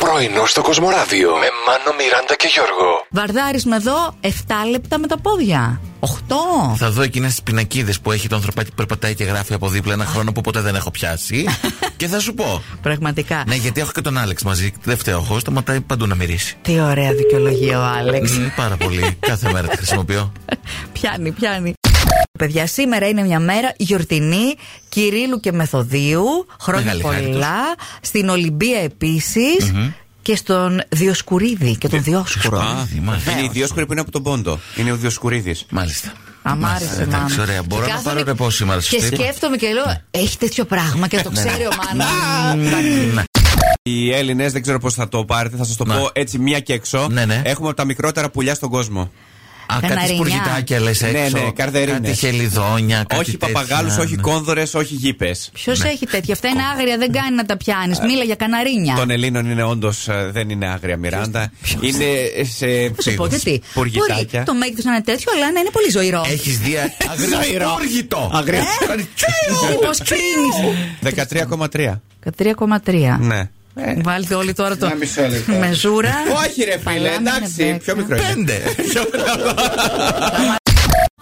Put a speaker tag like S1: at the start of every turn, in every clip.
S1: Πρωινό στο Κοσμοράδιο με Μάνο, Μιράντα και Γιώργο.
S2: Βαρδάρι με εδώ 7 λεπτά με τα πόδια. 8.
S3: Θα δω εκείνες τις πινακίδες που έχει το ανθρωπάκι που περπατάει και γράφει από δίπλα ένα χρόνο που ποτέ δεν έχω πιάσει. και θα σου πω.
S2: Πραγματικά.
S3: Ναι, γιατί έχω και τον Άλεξ μαζί. Δεν φταίω εγώ. Σταματάει παντού να μυρίσει.
S2: Τι ωραία δικαιολογία ο
S4: Mm.
S2: Άλεξ.
S3: Μμμ, Πάρα πολύ. Κάθε μέρα τη χρησιμοποιώ.
S2: πιάνει, πιάνει. Παιδιά, σήμερα είναι μια μέρα γιορτινή Κυρίλου και Μεθοδίου. Χρόνια
S3: Μεγάλη χάρη τους.
S2: πολλά. Στην Ολυμπία επίσης, Και στον Διοσκουρίδη και τον Διόσκουρο.
S3: Α, θυμάσαι.
S4: Είναι η Διόσκουρη που είναι από τον Πόντο. Είναι ο Διοσκουρίδης.
S3: Μάλιστα.
S2: Αμάρισε.
S3: Εντάξει,
S2: μάνα.
S3: ωραία.
S2: Και
S3: Μπορώ να
S2: κάθομαι
S3: πάρω ρεπό σήμερα, Ναι.
S2: Και
S3: σωστή.
S2: σκέφτομαι και λέω: Έχει τέτοιο πράγμα και το
S3: Ναι,
S2: ξέρει ο Μάνος.
S4: Οι Έλληνες, δεν ξέρω πώς θα το πάρετε, θα σας το
S3: Ναι.
S4: πω έτσι μία και έξω.
S3: Ναι, ναι.
S4: Έχουμε από τα μικρότερα πουλιά στον κόσμο.
S3: Α, κάτι
S2: Καναρινιά.
S3: σπουργητάκια λες έξω.
S4: Ναι, ναι, καρδερίνες.
S3: Κάτι χελιδόνια, κάτι
S4: όχι
S3: τέτοια,
S4: παπαγάλους, όχι
S3: ναι.
S4: κόνδωρες, όχι γήπες.
S2: Ποιος έχει τέτοια. Αυτά είναι άγρια, δεν κάνει να τα πιάνεις.
S3: Ε,
S2: Μίλα για καναρίνια.
S4: Των Ελλήνων είναι όντως δεν είναι άγρια Μιράντα. Είναι σε.
S2: Θα σου πω και τι. Μπορεί
S4: Σπουργητάκια.
S2: το μέγεθο να είναι τέτοιο, αλλά να είναι πολύ ζωηρό.
S3: Έχεις δει αγριασπούργητο.
S4: Αγριά.
S3: Ε!
S2: Μήπω κρίνει.
S4: 13,3.
S2: 13,3.
S4: Ναι. Ε,
S2: Βάλτε όλοι τώρα το.
S4: Ένα μισό λεπτό.
S2: Μεζούρα. ναι,
S4: Όχι, ρε φίλε,
S2: Παλάμε
S4: εντάξει,
S2: δέκα.
S4: πιο μικρό είναι.
S3: Ε, Πέντε.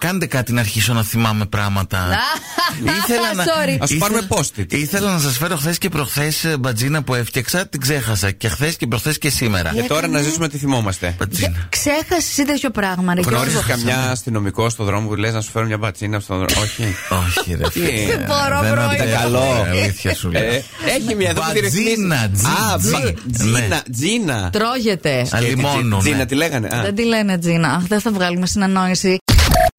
S3: Κάντε κάτι να αρχίσω να θυμάμαι πράγματα. Ήθελα να.
S2: Sorry.
S4: Ας
S3: ήθελα-
S4: πάρουμε post-it.
S3: Ήθελα να σας φέρω χθες και προχθές μπατζίνα που έφτιαξα, την ξέχασα. Και χθες και προχθές και σήμερα.
S4: Και τώρα να ζήσουμε τι θυμόμαστε.
S3: Μπατζίνα.
S2: Ξέχασες εσύ τέτοιο πράγμα, ρε Γιώργο.
S4: Γνώρισε καμιά αστυνομικό στον δρόμο που λες να σου φέρουν μια μπατσίνα στον δρόμο. Όχι.
S3: Όχι, ρε φίλε.
S4: Δεν
S2: μπορώ,
S3: Δεν
S2: πρώην.
S3: αντέχω,
S4: Καλό.
S3: ρε, Αλήθεια σου λέω.
S4: Ε, Έχει μια εδώ που τη
S3: Μπατζίνα,
S4: ρυθμίζει.
S3: τζι-
S4: Α,
S3: τζι-
S4: μπα-
S3: ναι.
S4: Τζίνα, Τζίνα. Ε,
S2: Τρώγεται.
S3: Αλιμόνου.
S4: Τζι- Τζίνα,
S3: ναι.
S4: τη λέγανε. Α.
S2: Δεν τη λένε Τζίνα. Αχ, δεν θα βγάλουμε συνανόηση.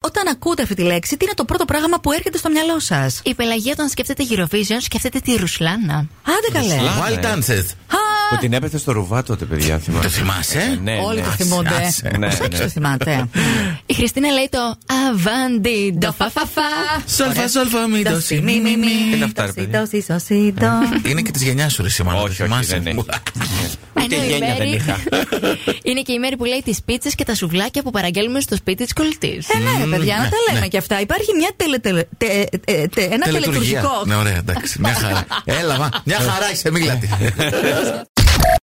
S2: Όταν ακούτε αυτή τη λέξη, τι είναι το πρώτο πράγμα που έρχεται στο μυαλό σας.
S5: Η Πελαγία όταν σκέφτεται Eurovision σκέφτεται τη Ρουσλάνα.
S2: Άντε καλέ.
S3: Wild dances.
S4: Που την έπεθε στο ρουβά τότε, παιδιά. θυμάμαι.
S3: Το θυμάσαι.
S4: Ναι,
S2: Όλοι
S4: ναι.
S2: το θυμούνται.
S3: άσε,
S4: ναι,
S2: Πώς
S4: ναι.
S2: το θυμάται.
S5: Η Χριστίνα λέει το Αβάντι ντοφαφαφα.
S3: Σόλφα, σόλφα, μη το
S2: Δόση, μη, μη, μη.
S4: Τι είναι αυτά, ρε
S2: Δόση,
S4: παιδί?
S2: δόση, δόση, δό.
S3: Είναι και της γενιάς σου, ρε Σιμάνο. το
S4: Όχι, όχι,
S3: θυμάσαι.
S4: δεν έχει. Ούτε
S5: Ενώ η
S4: γένεια δεν
S5: Μέρη-
S4: είχα.
S5: είναι και η μέρη που λέει τις πίτσες και τα σουβλάκια που παραγγέλνουμε στο σπίτι της κολλητής.
S2: Ε, ναι, ρε παιδιά, να τα λέμε και αυτά. Υπάρχει μια τελε- τελε- τε- ε, τε- ένα
S3: Τελετουργία.
S2: τελετουργικό.
S3: Ναι, ωραία, εντάξει. Μια χαρά. Έλα, μα. Μια χαρά είσαι, μίλα τη.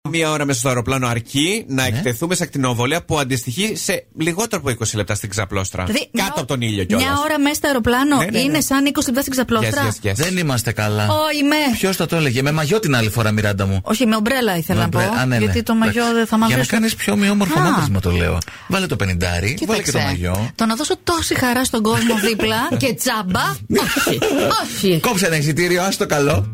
S4: Μία ώρα μέσα στο αεροπλάνο αρκεί να εκτεθούμε σε ακτινοβολία που αντιστοιχεί σε λιγότερο από 20 λεπτά στην ξαπλώστρα.
S2: Δηλαδή, μια
S4: Κάτω
S2: ώρα-
S4: από τον ήλιο
S2: Μια
S4: κιόλα.
S2: ώρα μέσα στο αεροπλάνο
S4: Ναι, ναι, ναι.
S2: είναι σαν 20 λεπτά στην ξαπλώστρα.
S3: Δεν είμαστε καλά.
S2: Όχι με.
S3: Ποιος θα το έλεγε, με μαγιό την άλλη φορά, Μιράντα μου.
S2: Όχι, με ομπρέλα ήθελα να πω.
S3: Μα, μπρε- α, ναι, ναι.
S2: Γιατί το μαγιό
S3: Εντάξει.
S2: δεν θα
S3: Για να
S2: μαυρίσει.
S3: κάνεις πιο ομοιόμορφο
S2: Α.
S3: μάπρισμα το λέω. Βάλε το πενιντάρι, βάλε και το μαγιό.
S2: το να δώσω τόση χαρά στον κόσμο δίπλα και τσάμπα. όχι, όχι.
S3: Κόψε ένα εισιτήριο, άστο καλό.